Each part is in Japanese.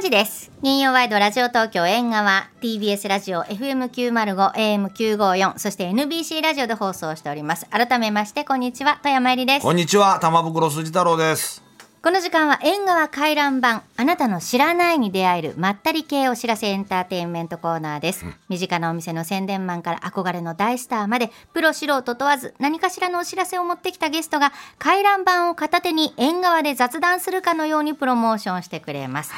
時です。金曜ワイドラジオ東京縁側、TBS ラジオ FM905、AM954、そして NBC ラジオで放送しております。改めまして、こんにちは、富山えりです。こんにちは玉袋筋太郎ですこの時間は縁側回覧版あなたの知らないに出会えるまったり系お知らせエンターテインメントコーナーです、身近なお店の宣伝マンから憧れの大スターまでプロ素人問わず何かしらのお知らせを持ってきたゲストが回覧版を片手に縁側で雑談するかのようにプロモーションしてくれます、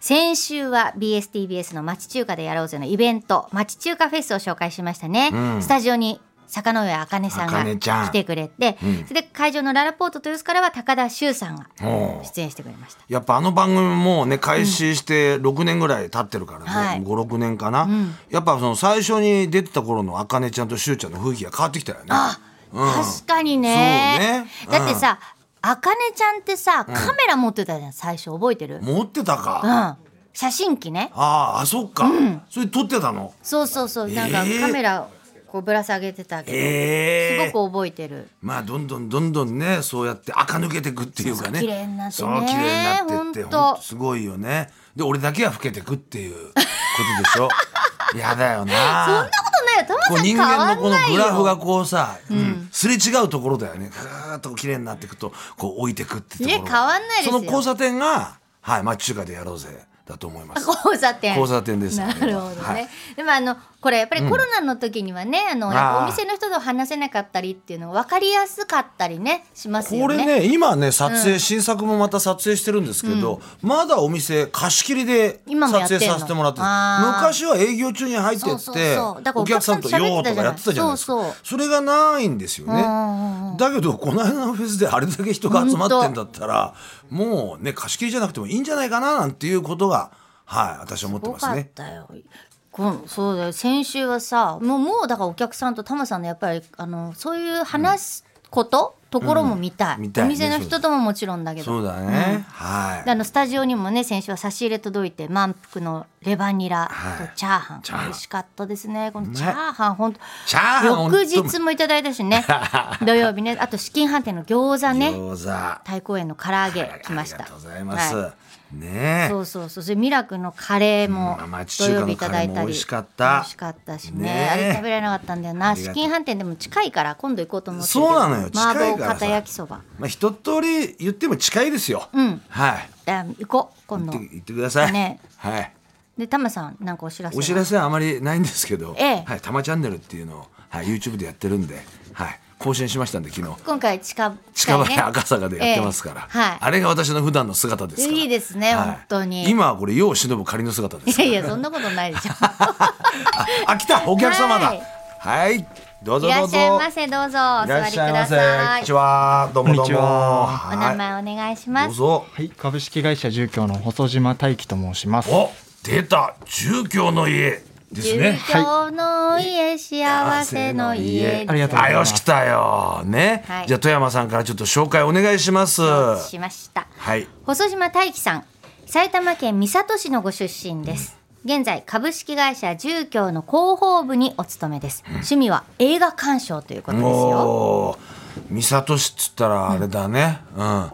先週は BSTBS の町中華でやろうぜのイベント町中華フェスを紹介しましたね、スタジオに坂上茜さんが茜ちゃん来てくれて、それで会場のララポート豊洲からは高田修さんがおう出演してくれました。やっぱあの番組もね開始して6年ぐらい経ってるからね、はい56年かな、やっぱその最初に出てた頃のあかねちゃんとしゅうちゃんの雰囲気が変わってきたよねあ、確かにね。そうねだってさ、あかねちゃんってさ、カメラ持ってたじゃん、最初覚えてる。うん。持ってたか、あ写真機ね。ああそっか、それ撮ってたのそうそうそう、なんかえーカメラをこうぶら下げてたけど、ええすごく覚えてる。まあどんどんどんどんねそうやって垢抜けてくっていうかそうそねう綺麗になってねそう綺麗になってってほんとほんとすごいよねで俺だけは老けてくっていうことで しょやだよなそんなことないよ、たまこさんう人変わんな間いのよ。このグラフがこうさ、うんすれ違うところだよねぐーっと綺麗になっていくとこう置いてくってとこねろ変わんないですよその交差点がはいまあ中華でやろうぜだと思います交差点。交差点ですなるほどね。はいでもあのこれやっぱりコロナの時にはね、あのやっぱあーお店の人と話せなかったりっていうの分かりやすかったりねしますこよね。れね今ね撮影、新作もまた撮影してるんですけど、まだお店貸し切りで今も撮やってん影のさせてもらってるあー昔は営業中に入ってってそうそうそうだからお客さんと「お客よさんと喋ー」ってたじゃなといかやってたじゃないですかそうそうれがないんですよねだけどこの間のフェスであれだけ人が集まってんだったらもうね貸し切りじゃなくてもいいんじゃないかななんていうことがはい私は思ってよまかすっね。たよ。このそうだよ先週はさもうもうだからお客さんとタマさんのやっぱりあのそういう話すこと、ところも見たい,、うん見たいおね店の人とももちろんだけどそうだね、はいであのスタジオにもね先週は差し入れ届いて満腹のレバニラとチャーハン、チャーハン美味しかったですねこのねチャーハン本当チャーハンほんと翌日もいただいたし ね土曜日ねあと資金飯店の餃子ね餃子太公園の唐揚げ来ましたありがとうございます。はねえそうそうそうそれミラクルのカレーもうん町土中曜華の日いただいたカレーもり美味しかった美味しかったしねねえあれ食べられなかったんだよなありが資とう金飯店でも近いから今度行こうと思ってるけどそうなのよ近いからさ麻婆片焼きそばまあ、一通り言っても近いですよ。んはい。だ行こう今度言って言ってください。ねはい。でタマさんなんかお知らせはお知らせはあまりないんですけど、ええはい、たまチャンネルっていうのを、はい、YouTube でやってるんで、はい、更新しましたんで昨日。今回近近場いねで赤坂でやってますから、ええはいあれが私の普段の姿ですからいいですね本当に今はこれ世を忍ぶ仮の姿ですいやいやそんなことないでしょあ来たお客様だははいい、 どうぞいどらうっぞしゃいませどうぞお座りくだこさんいにちはどうもどうこんにちもはお名前お願いしまはいどうすぞはい、株式会社住居の細島大樹と申します。お出た住居の家です住ね居の家幸せの家ありがとうございますあよし来たよね、はいじゃあ富山さんからちょっと紹介お願いしますはしましたい細島大樹さん埼玉県三郷市のご出身です現在株式会社住居の広報部にお勤めです趣味は映画鑑賞ということですよおー三郷市っつったらあれだねうん、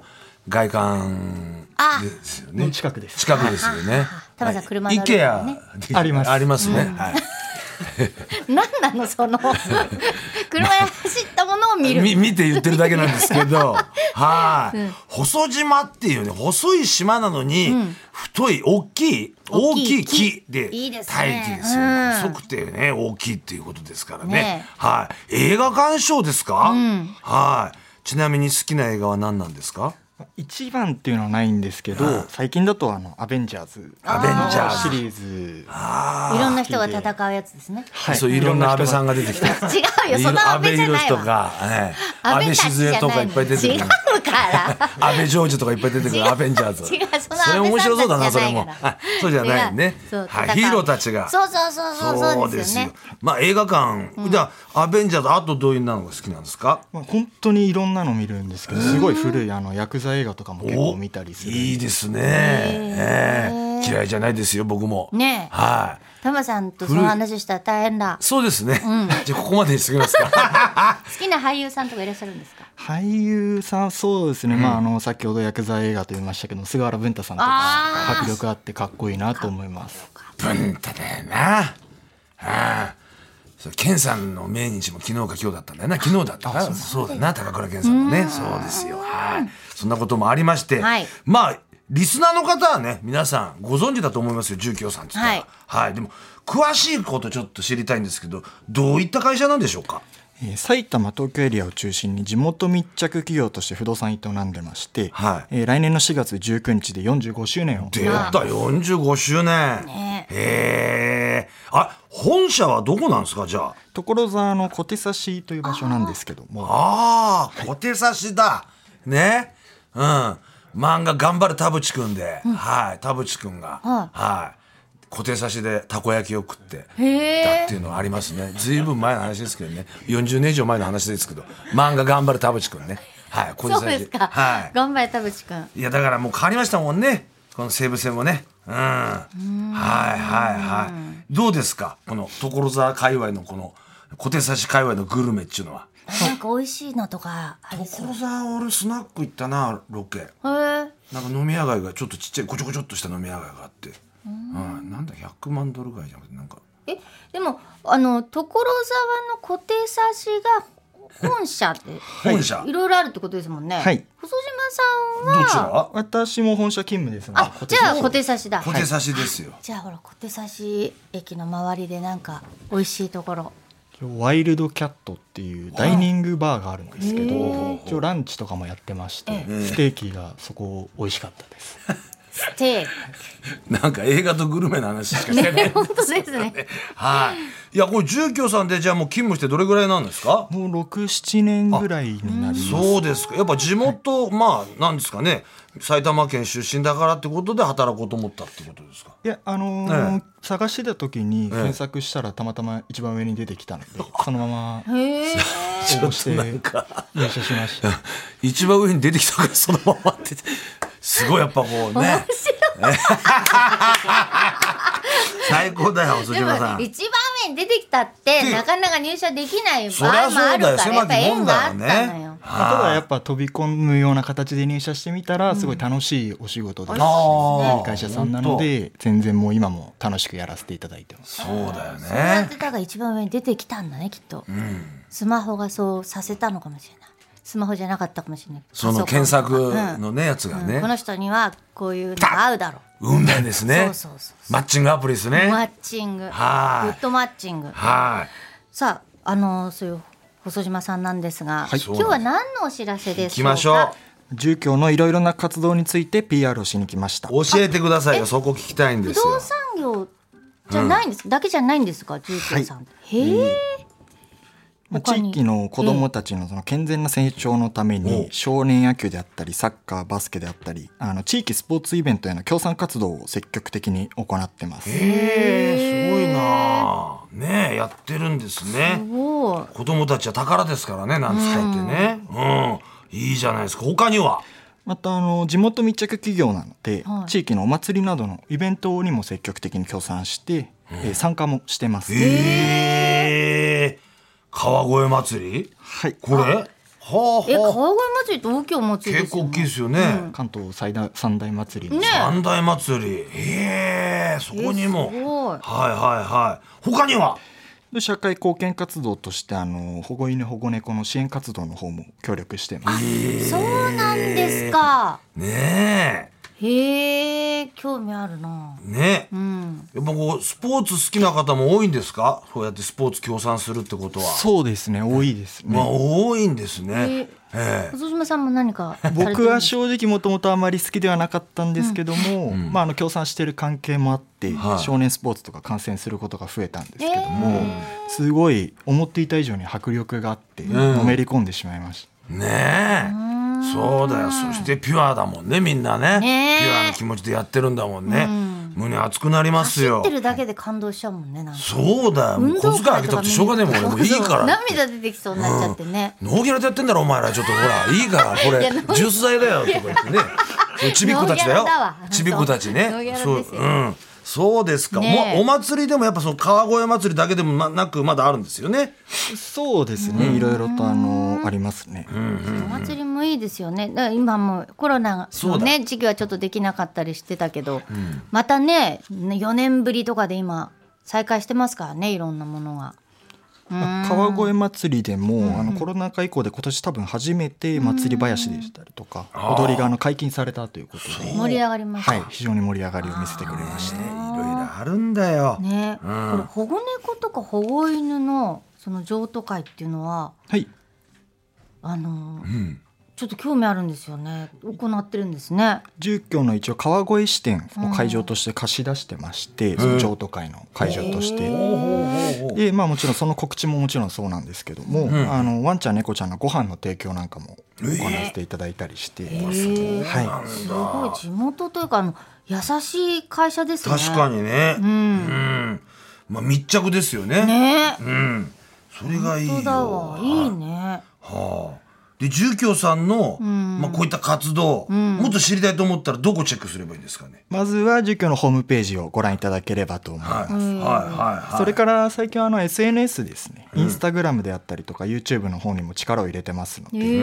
外観あですよのね近くです。近くですよね田村さん車イ乗るケからアねありますありますね、はい何なのそ の車で走ったものを見るみ見て言ってるだけなんですけど はい、細島っていうね細い島なのに、太い大きい大大ききいい木木でいいですね大気ですよ、うん細くてね大きいっていうことですからねねはい映画鑑賞ですか、はいちなみに好きな映画は何なんですか一番っていうのはないんですけうんど、最近だとあのアベンジャーズアベンジャーズシリーズ、いろんな人が戦うやつですねはそういろんな安倍さんがが出てきた違うよその安倍じゃないとわか、ええ安安倍倍たちじ静ゃないの江とかいっぱい出てく違るうから 安倍ジョージとかいっぱい出てく違るうアベンジャーズ違うそのそれ面白そうだな安そ倍されんもたちじゃないからあそうじゃないね違う そうはい戦うヒーローたちがそうそうそうそうそうですよねよまあ映画館、じゃあアベンジャーズあとどういうのが好きなんですかまあ本当にいろんなの見るんですけど、すごい古いあのヤクザ映画とかも結構見たりする。いいですね、ええ嫌いじゃないですよ僕もねえはいタマさんとその話したら大変だそうですね、 じゃあここまでにしときますか好きな俳優さんとかいらっしゃるんですか俳優さんそうですね、まああの先ほど薬剤映画と言いましたけど菅原文太さんとあかー迫力あってかっこいいなと思います文太だよなああそう健さんの命日も昨日か今日だったんだよな昨日だったかなそうだな高倉健さんもねそうですよはいそんなこともありまして、はいまあリスナーの方はね皆さんご存知だと思いますよ住居さんって言ったらはい、でも詳しいことちょっと知りたいんですけどどういった会社なんでしょうかえー埼玉東京エリアを中心に地元密着企業として不動産営んでまして、はいえー来年の4月19日で45周年を出た45周年、ねへえあ本社はどこなんですかじゃあ所沢の小手差しという場所なんですけどもああ、小手差しだ。ね。うん。漫画頑張る田淵くんで、はい、田淵くんが、ははい、小手差しでたこ焼きを食って、へだっていうのはありますね。ずいぶん前の話ですけどね、40年以上前の話ですけど、漫画頑張る田淵くんね。はい、小手そう差でしすか、はい。頑張れ田淵君いやだからもう変わりましたもんねこの西武線もねうんはいはいはいどうですかこの所沢界隈のこの小手差し界隈のグルメっていうのはなんか美味しいのとかありそう所沢俺スナック行ったなロケへえなんか飲み屋街がちょっとちっちゃいごちょごちょっとした飲み屋街があってうんなんだ100万ドル街じゃなくてなんかえでもあの所沢の固定差しが本社って本社いろいろあるってことですもんね。はい細島さんはら私も本社勤務ですのであじゃあ固定差しだ。小手差しですよじゃあほら小手差し駅の周りでなんか美味しいところ。ワイルドキャットっていうダイニングバーがあるんですけへどー一応ランチとかもやってましてえステーキがそこ美味しかったですステーなんか映画とグルメの話しかしてなキ。い 本当ですね。はいいやこれ住居さんでじゃあもう勤務してどれぐらいなんですかもう67年ぐらいになりますそうですかやっぱ地元、まあなんですかね埼玉県出身だからってことで働こうと思ったってことですかいやあのーえ探してた時にえ検索したらたまたま一番上に出てきたの でそのままへえ。応募して入社しま した 一番上に出てきたからそのままってすごいやっぱこうね最高だよで鈴も間さん一番目に出てきたってでなかなか入社できないそり場合ゃもあそるかうだよらや狭っぱきも縁んだがよあっねたのよ。ただやっぱ飛び込むような形で入社してみたらすごい楽しいお仕事ですし、あーいい会社さんなので全然もう今も楽しくやらせていただいてますそうだよやっねてたが一番上に出てきたんだねきっと、スマホがそうさせたのかもしれないスマホじゃなかったかもしれないその検索のねやつうがんこのね人にはこういうのが合うだろ運命ですねそうそうそうマッチングアプリですう、ねマッチンググはいッドマッチングはいさああのそういう細島さんなんですが、はい今日は何のお知らせでし行ょきうかましょ住居のいろいろな活動について PR をしに来ましたう教えてくださいよそこ聞きたいんで不すよ動産業じゃないんです、だけじゃないんですか住居さん、へえまあ他地に域の子どもたちのその健全な成長のためおに少年野球であったりサッカーバスケであったりあの地域スポーツイベントへの協賛活動を積極的に行ってますへえすごいなあねえやってるんですすねごい子供たちは宝ですからねなんつったってねうんいいじゃないですか他にはまたあの地元密着企業なので、はい地域のお祭りなどのイベントにも積極的に協賛して、えー参加もしてます、へえ川越祭りはい、これはえあはあ川越祭りと東京祭りで結すよ構大ねきいですよね関東最大三大祭りのね三大祭りへえそこにもえすごはいいはいはい他にはで社会貢献活動としてあの保護犬保護猫の支援活動の方も協力してますそうなんですか。ねへえ、興味あるな。えねえうん。やっぱこうスポーツ好きな方も多いんですかそうやってスポーツ協賛するってことはそうですね多いですね、まあ多いんですね。ええ細島さんも何かされてるんですか。僕は正直もともとあまり好きではなかったんですけども、まあ、あの協賛してる関係もあって、はい少年スポーツとか観戦することが増えたんですけどえも、すごい思っていた以上に迫力があって、んのめり込んでしまいました。ねえ。そうだよ。そしてピュアだもんね、みんなね。ねえピュアな気持ちでやってるんだもんね。胸熱くなります走っよて。るだけで感動しちゃうもんね。なんか。そうだよ。もう小遣いあげたくてしょうがねえもん。俺もういいから。涙出てきそうになっちゃってね。ノーギャラでやってんだろ、お前ら。ちょっとほら、いいから、これ、いやノー重罪だよ、とか言ってね。 そうちびっ子たちだノよーギャラだわちびっ子たちねノーギャラそうですようんそうですか、ねえおお祭りでもやっぱその川越祭りだけでもまなくまだあるんですよねそうですね、いろいろとあのありますね、お祭りもいいですよねだから今もうコロナそのうだね時期はちょっとできなかったりしてたけど、またね4年ぶりとかで今再開してますからねいろんなものが。まあ川越祭りでも、あのコロナ禍以降で今年多分初めて祭り林でしたりとか、踊りがあの解禁されたということで、盛り上がりました、はい、非常に盛り上がりを見せてくれましねたいろいろあるんだよ、ね、うんこれ保護猫とか保護犬のその譲渡会っていうのははいあのーうん、ちょっと興味あるんですよね行ってるんですね住居の一応川越支店を会場として貸し出してまして、その譲渡会の会場として。でまあ、もちろんその告知ももちろんそうなんですけども、あのワンちゃん猫ちゃんのご飯の提供なんかも行わせていただいたりして、へえはすごい地元というかあの優しい会社ですね確かににね、うんまあ密着ですよねねうんそれがいいよ本当だわいいねはあで住居さんの、まあ、こういった活動、もっと知りたいと思ったらどこチェックすればいいですかね、まずは住居のホームページをご覧いただければと思いますはい、はいはいはいそれから最近はあの SNS ですね、インスタグラムであったりとか YouTube の方にも力を入れてますので、へえ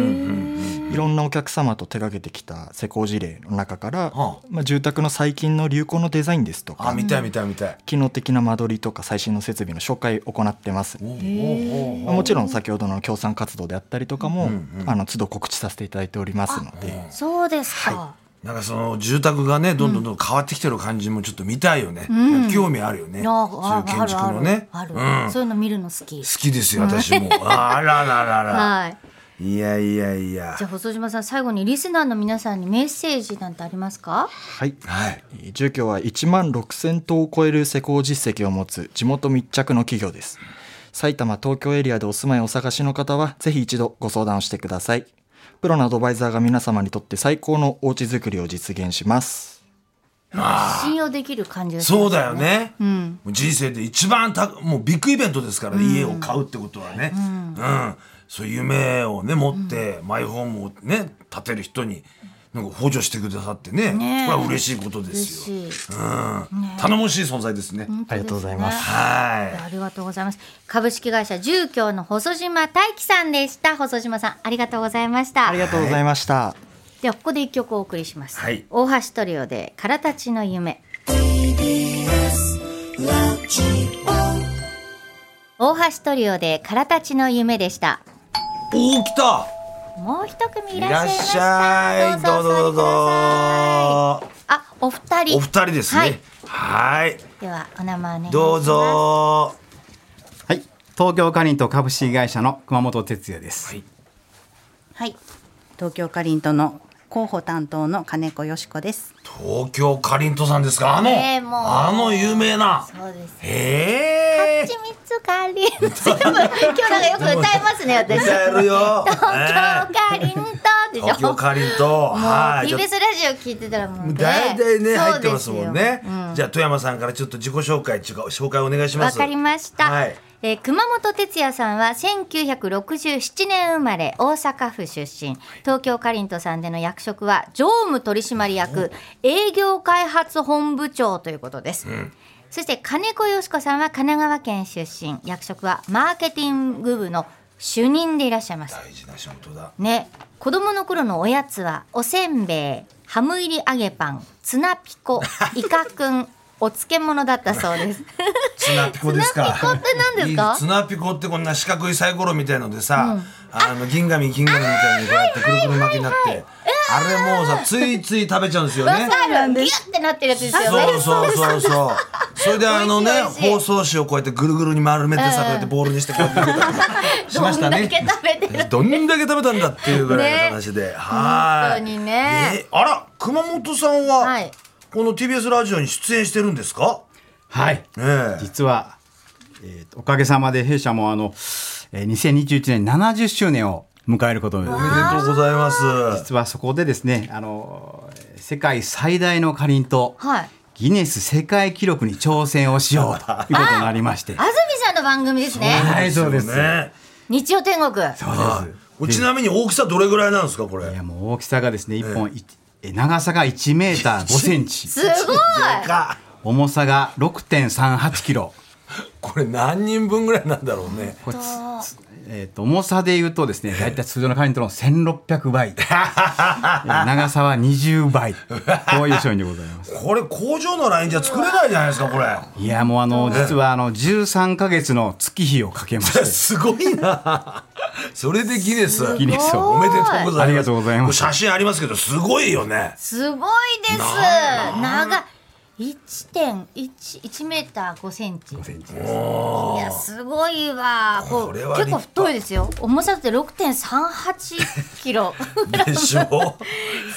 いろんなお客様と手掛けてきた施工事例の中から、はあまあ、住宅の最近の流行のデザインですとあか見たい見たい見たい、機能的な間取りとか最新の設備の紹介を行ってます、おおまあ、もちろん先ほどの協賛活動であったりとかも、あの都度告知させていただいておりますのでそうですか、なんかその住宅がねどんどんどんどん変わってきてる感じもちょっと見たいよね、興味あるよねい、やそういうあ建築のねあるあるある、うん、好そういうの見るの好ききですよ私もあらららら、はいいやいやいやじゃあ細島さん最後にリスナーの皆さんにメッセージなんてありますかはいはいえー住居は1万6,000棟を超える施工実績を持つ地元密着の企業です埼玉東京エリアでお住まいをお探しの方はぜひ一度ご相談をしてくださいプロのアドバイザーが皆様にとって最高のおうちづくりを実現します信用できる感じがしますそうだよね、もう人生で一番たもうビッグイベントですから、家を買うってことはね、うんそういう夢をね持って、マイホームをね建てる人になんか補助してくださってねねえこれは嬉しいことで嬉すよ、しいうん頼もしい存在ですね、ありがとうございますはいありがとうございます株式会社住居の細島大樹さんでした細島さんありがとうございましたありがとうございました、ではここで一曲お送りします、はい大橋トリオで「からたちの夢」大橋トリオで「からたちの夢」でしたおお来たもう一組いいらっしゃらいっまししたゃいどうぞどうぞあお二人お二人ですねはいではお名前お願いしますどうぞはい、東京カリント株式会社の熊本哲也です。はいはい、東京カリントの広報担当の金子よしこです。東京かりんとさんですかあの、ねえもうあの有名なそうですへえ蜂蜜カリン ト今日なんかよく歌いますね私歌えるよ 東京カリントでしょ東京かりんともうはいち TBS ょラっジオ聞いてたらもうねと大体そねう入ってますもんねですようんじゃあ富山さんからちょっと自己紹介っていうか紹介お願いしまわすかりました、はいえー熊本哲也さんは1967年生まれ大阪府出身東京カリントさんでの役職は常務取締役営業開発本部長ということです、そして金子よしこさんは神奈川県出身役職はマーケティング部の主任でいらっしゃいます大事な仕事だね子供の頃のおやつはおせんべいハム入り揚げパンツナピコイカくんお漬物だったそうですツナピコですか。ツナピコって何ですかいいツナピコってこんな四角いサイコロみたいのでさ、あの銀紙銀紙みたいにこうやってくるくる巻きになって、あれもうさついつい食べちゃうんですよわね。かるギュッてなってるやつですよそうね。そうそうそう。それであのね美味しい美包味装紙をこうやってぐるぐるに丸めてさ、うんこうやってボールにしてこうや ってやったりしましたどんだけね。食べてる。どんだけ食べたんだっていうぐらいの話で、はい。本当にねえあら熊本さんは、はいこの TBS ラジオに出演してるんですか。はい、ええ実は、えーとおかげさまで弊社もあの、えー2021年70周年を迎えることにおめでとうございます。実はそこでですね、あのえー世界最大のかりんとはい。ギネス世界記録に挑戦をしようということになりまして、安住さんの番組ですね。はいそうです。ね。日曜天国。そうです。ちなみに大きさどれぐらいなんですかこれいやもう大きさがですね、一本いえ長さが1メーター5センチすごいか重さが6.38キロこれ何人分ぐらいなんだろうね。これつつえー、と重さでいうとですね大体通常のカリントの1600倍 えー長さは20倍こういう商品でござい ますこれ工場のラインじゃ作れないじゃないですかこれ。いやもうあの実はあの13か月の月日をかけましてすごいな。それでギネス。ギネスおをめでとうございます。ありがとうございますこれ写真ありますけどすごいよね。すごいです長い1.11メーター5センチいやすごいわここうれは結立派構太いですよ重さって6.38キ ロでしょ。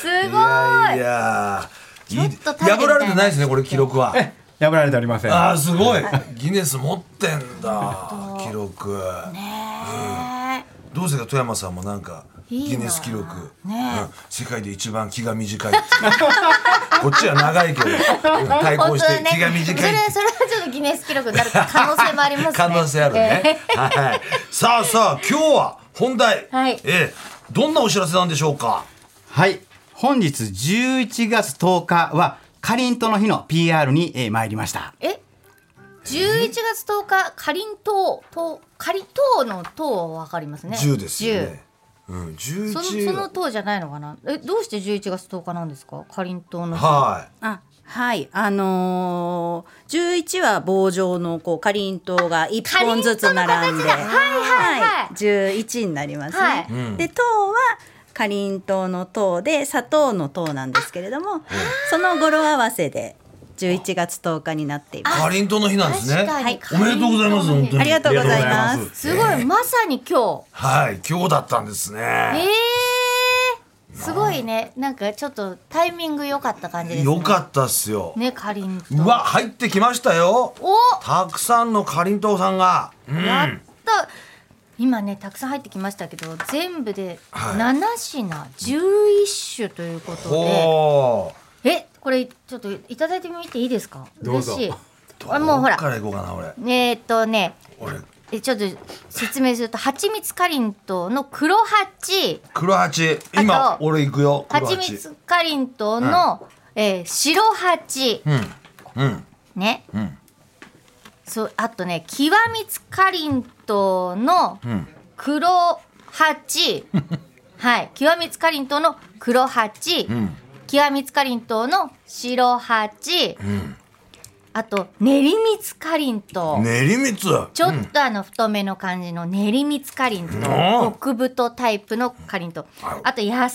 すいごいやいや。ちょっと食べてみたいな破られてないですねこれ記録は。 破られておりませんああすごい。ギネス持ってんだ記録。ねどうですか富山さんもなんかいいなギネス記録ねえうん世界で一番気が短いっていう こっちは長いけどうん対抗して気が短そいってれいうそれはちょっとギネス記録になる可能性もありますね 可能性あるね、はい、さあさあ今日は本題、はいええどんなお知らせなんでしょうかはい本日11月10日はかりんとうの日の PR に、えー参りましたえーえ11月10日かりんとうとうかりんとうのとうはわかりますね10ですよね、うん、10 11そのそのとうじゃないのかなえどうして11月10日なんですかかりんとうの日はあはいあのー、11は棒状のこうかりんとうが1本ずつ並んでかりんとうの形だはいはいはい11になりますね、はいで糖はかりんとうの糖で砂糖の糖なんですけれどもその語呂合わせで11月10日になっていまいすかりんとうの日なんですね確かにおめでとうございます本当にありがとうござあいますりがとうござすごい、まさに今日。はい今日だったんですねええー、すごいね、なんかちょっとタイミング良かった感じです、ね。よかったっすよ、ね、かりんとうわ入ってきましたよお、たくさんのかりんとうさんが、うんやった。今ね、たくさん入ってきましたけど、全部ではい七品、十一種ということで。ほえ、これ、ちょっといただいてみていいですか。どうぞ嬉しい。うあ、もうほらどっ、から行こうかな俺えーっとね。俺えちょっと説明すると蜂蜜かりんとうの黒蜂黒八あ今と俺行くよ黒蜂蜜かりんとうの、えー白蜂うんうんね、んそうあとね極蜜かりんとうのん黒蜂、 はい極蜜かりんとうの黒蜂、ん極蜜かりんとうの白蜂、んあと練り蜜かりんとう、練り蜜ちょっとあの太めの感じの練り蜜かりんとう、うん極太タイプのかりんとうあと野菜か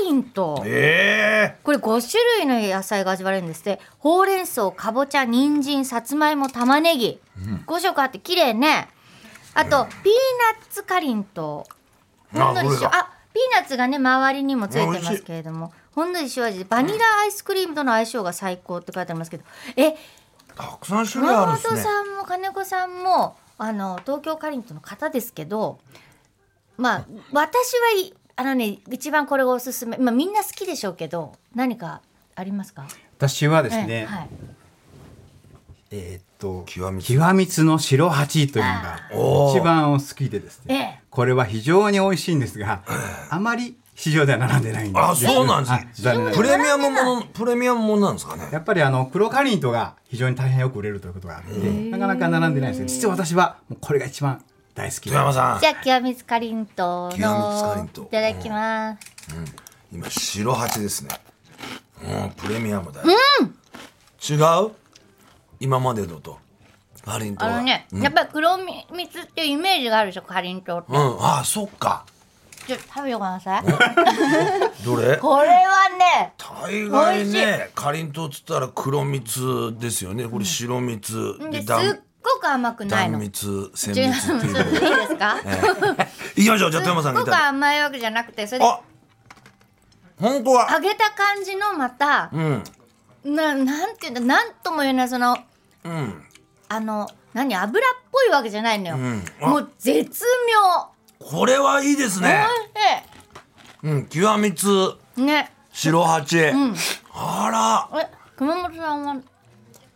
りんとうえこれ5種類の野菜が味わえるんですってほうれん草かぼちゃ人参さつまいも玉ねぎ、5色あって綺麗ねあと、ピーナッツかりんとうあほんのりこ塩れだあピーナッツがね周りにもついあ美て味ましいすけれどもほんのり塩味でバニラアイスクリームとの相性が最高って書いてありますけどえー、たくさん種類熊ある本んですねさんも金子さんもあの東京かりんとうの方ですけどまあ私はいあのね一番これがおすすめ、まあ、みんな好きでしょうけど何かありますか私はですね、ええはい、えーっと極み極蜜の白蜂というのがおー一番お好きでですね、ええこれは非常に美味しいんですが、あまり市場では並んでないんですあそうなんですねはい残念ながプらレミアムものプレミアムものなんですかねやっぱりあの黒かりんとうが非常に大変よく売れるということがあってなかなか並んでないんですよ実は私はもうこれが一番大好き富山さんじゃあ極みつかりんとう極みつかりのんとういただきます、今白八ですねうんプレミアムだよ、違う今までのとかりんとうあはのね、うんやっぱり黒蜜っていうイメージがあるでしょかりんとうって、うん、ああそっかちょっと食べようかなさいどれこれはね大概ねかりんとうっつったら黒蜜ですよねこれ白蜜、ですだんっごく甘くない断の蜜鮮違う 蜜っていうのいいですか、いきましょうじゃあ富山すさっごんがいたくだい甘いわけじゃなくてそれてであ本当は揚げた感じのまたうんななんていうんだなんとも言えないそのうんあの何油っぽいわけじゃないのよ、んあもう絶妙これはいいですねうん極蜜おいしいね白八、あらえ熊本さんは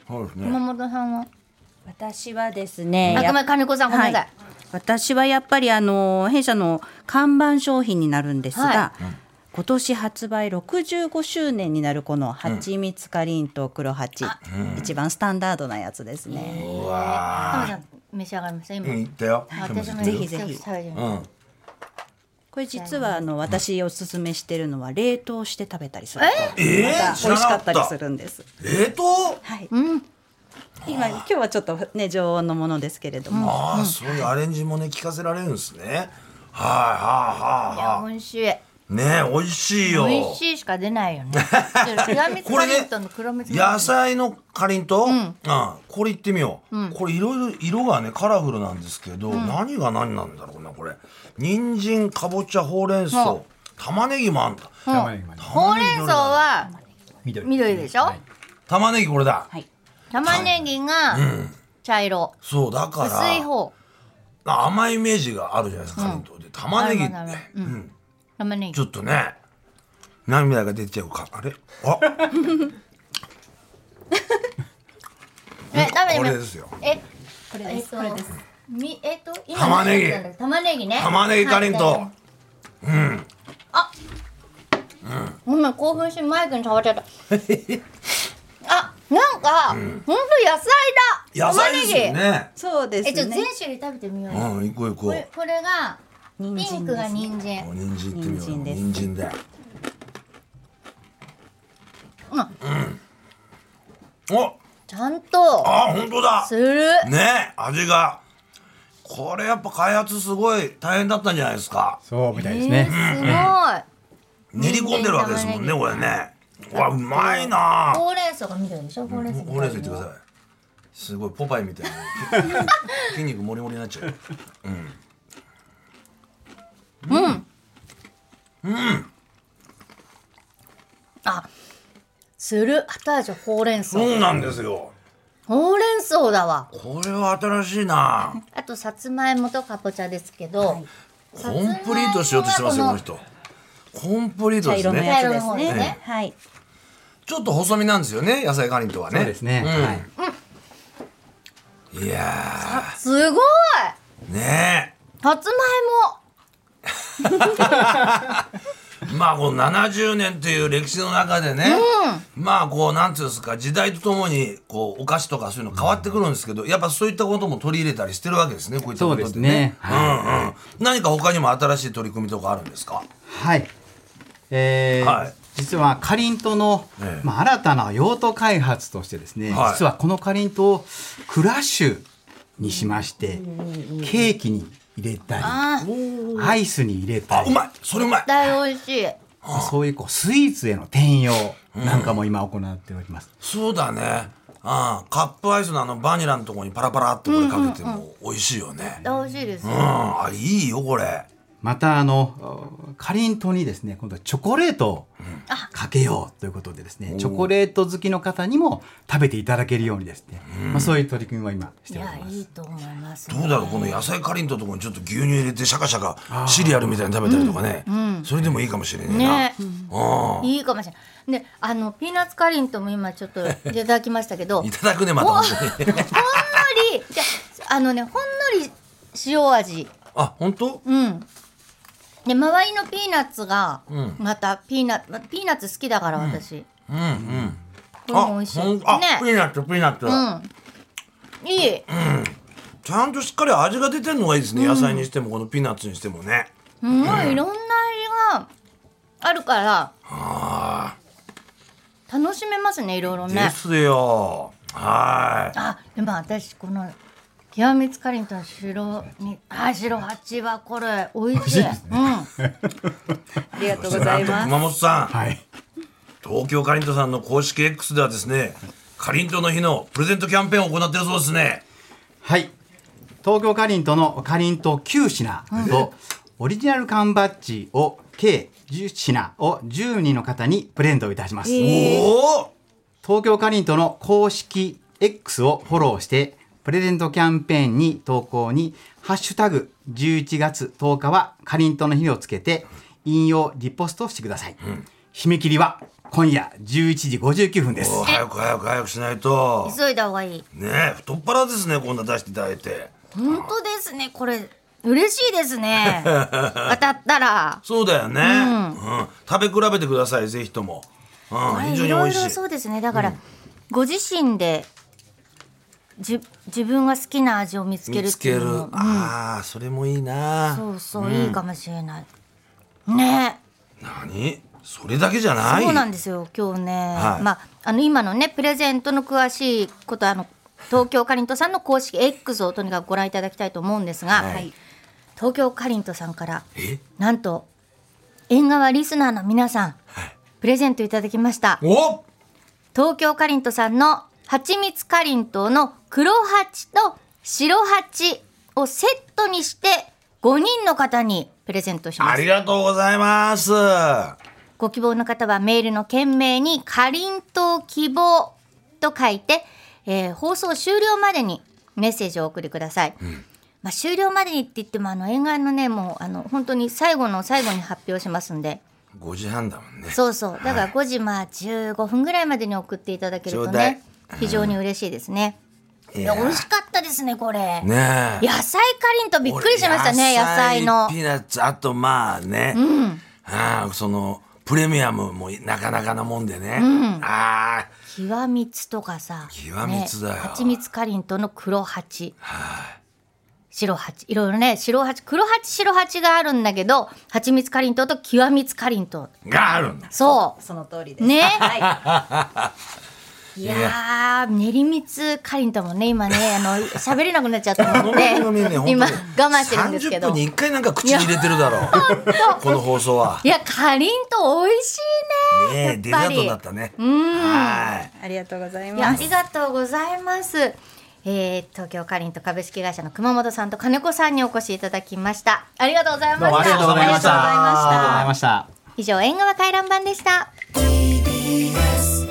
そうです熊ね本さんは、私はですねあやごめっぱん金子さんごめんなさい、私はやっぱりあの弊社の看板商品になるんですが、今年発売65周年になるこの蜂蜜かりんとう黒蜂、一番スタンダードなやつですね。う浜わさん召し上がりましたーう今、んいったよ私もぜひぜひ食べてみうますんこれ実はあの私おすすめしてるのは冷凍して食べたりすると、えまーた美味しか知らなったかりったするんです。冷凍はい。今今日はちょっとね常温のものですけれども、ああそういうアレンジもね聞かせられるんですねはいいやはいはいは美味しいいねえ美味しいよ美味しいしか出ない よね黒蜜これかりねんとうの黒蜜野菜のかりんとう、うん、これいってみよう、これいろいろ色がねカラフルなんですけど、何が何なんだろうなこれ人参かぼちゃほうれん草、うん玉ねぎもあんだ玉ねぎまでほうれん草は緑緑でしょはい玉ねぎこれだ、はい。玉ねぎが茶色そうだか薄いら方甘いイメージがあるじゃないですか、かりんとうで玉ねぎってなるほどなるほどうん玉ねぎちょっとね涙が出ちゃうかあれあえ食べてこみれようですよえこれえでっす。とこれです。みえっと今玉ねぎ何やったんだ玉ねぎね玉ねぎかりんとはういごめん興奮してマイクに触っちゃったあなんかほんと野菜だ玉野ね菜でぎすよねそうでえちょすっとね全。種類食べてみようようん行こう行ここうれこれがピ人参ンクがですね人参お人参行ってみよう人参です人参だようんうんおちゃんとあ本当だするね味がこれやっぱ開発すごい大変だったんじゃないですかそうみたいえですね、ーすごい練り込んでるわけですもんね人これねわうまいなほうれん草が緑でしょほうれん草ほうれん草いってくださいすごいポパイみたいな 筋肉もりもりになっちゃうあする後味はほうれん草そうなんですよほうれん草だわこれは新しいなあとさつまいもとかぼちゃですけど、コンプリートしようとしてますよこの人コンプリート茶です色のやねつ茶色のです方ですねね。はい。ちょっと細身なんですよね野菜かりんとうはねそうですね、はいいやすごいーねえさつまいもまあこの70年という歴史の中でね、まあこうなんていうんですか時代とともにこうお菓子とかそういうの変わってくるんですけどやっぱそういったことも取り入れたりしてるわけですねこういったことそうですねうんうん、何か他にも新しい取り組みとかあるんですかはい。えーはい実はかりんとうの、ええまあ、新たな用途開発としてですね、はい実はこのかりんとうをクラッシュにしまして、ケーキに入れたりあアイスに入れたありうまいそれうまい大美味しいまあそういうこうスイーツへの転用なんかも今行っております。そうだねあカップアイスのあのバニラのところにパラパラってこれかけても美味しいよね、うん大美味しいです、あいいよこれまたあのかりんとうにですね今度はチョコレートをかけようということでですね、チョコレート好きの方にも食べていただけるようにですね、まあ、そういう取り組みも今しいておりまやす。いいと思いますどうだろうこの野菜かりんとうところにちょっと牛乳入れてシャカシャカシリアルみたいに食べたりとかね、それでもいいかもしれないな、ねいいかもしれないであのピーナッツかりんとうも今ちょっ といただきましたけどいただくねまたほん本ほ当にんのりじゃあのねほんのり塩味 あ本当うんで周りのピーナッツが、うんまたピーナッツピーナッツ好きだから私、うんうんこれも美味しいほんあピねーナッツピーナッツ、うんいいちゃんとしっかり味が出てるのがいいですね、野菜にしてもこのピーナッツにしてもねすごいいろんな味があるからあ楽しめますねいろいろーねですよはーいあでも私この極みつかりんとの白にあ白八はこれ美味しいうんありがとうござないんまとす。熊本さん、はい東京かりんとうさんの公式 X ではですねかりんとうの日のプレゼントキャンペーンを行ってるそうですねはい。東京かりんとうのかりんとう9品と、オリジナル缶バッジを計10品を10人の方にプレゼントいたします。おお東京かりんとうの公式 X をフォローして、プレゼントキャンペーンに投稿に、ハッシュタグ11月10日はかりんとうの日をつけて、引用リポストしてください。締め切りは今夜11時59分です。早く早く早くしないと急いだ方がいいねえ太っ腹ですねこんな出していただいて本当ですねこれ嬉しいです ね当たったらそうだよね、うん食べ比べてくださいぜひとも、うん、非常に美ろい味ろしいそうですねだから、ご自身でじ自分が好きな味を見つける見っつてけいる、うのもああそれもいいなそうそう、いいかもしれないね何それだけじゃないそうなんですよ今日ね、はいまああの今のねプレゼントの詳しいことはあの東京カリントさんの公式 X をとにかくご覧いただきたいと思うんですが、はい東京カリントさんからえなんと縁側リスナーの皆さんはいプレゼントいただきましたお東京かりんとうさんの蜂蜜かりんとうの黒蜂と白蜂をセットにして5人の方にプレゼントしまあすりがとうございますご希望の方はメールの件名に「かりんとう希望」と書いて、えー放送終了までにメッセージをお送りください、まあ、終了までにって言ってもあの沿岸のねもうあの本当に最後の最後に発表しますんで5時半だもんねそう そう。だから5時まあ15分ぐらいまでに送っていただけるとちょうだねい、非常に嬉しいですね。いいやや美味しかったですねこれ。ねえ野菜かりんとうびっくりしましたね野菜のピ。ーナッツあとまあね、ああそのプレミアムもなかなかなもんでね、ああ極蜜とかさ。極蜜だよね蜂蜜かりんとうの黒蜂。白蜂いろいろね白蜂黒蜂白蜂があるんだけど蜂蜜かりんとうと極蜜かりんとうがあるんだそその通りでうす。ねはい。 いやー練り蜜かりんとうもね 今ねあの喋れなくなっちゃったもんでこの番組ね本当に今我慢してるんですけど30分に1回なんか口に入れてるだろうこの放送はいや、かりんとう美味しいね。ねえデやっぱザりートになったねはありがとうございいや、あます。りがとうございます。えー、東京かりんと株式会社の熊本さんと金子さんにお越しいただきました。ありがとうございまどしうた。もありがとうございました。ありがとうございましたした。以上、縁側回覧版でした。 TBS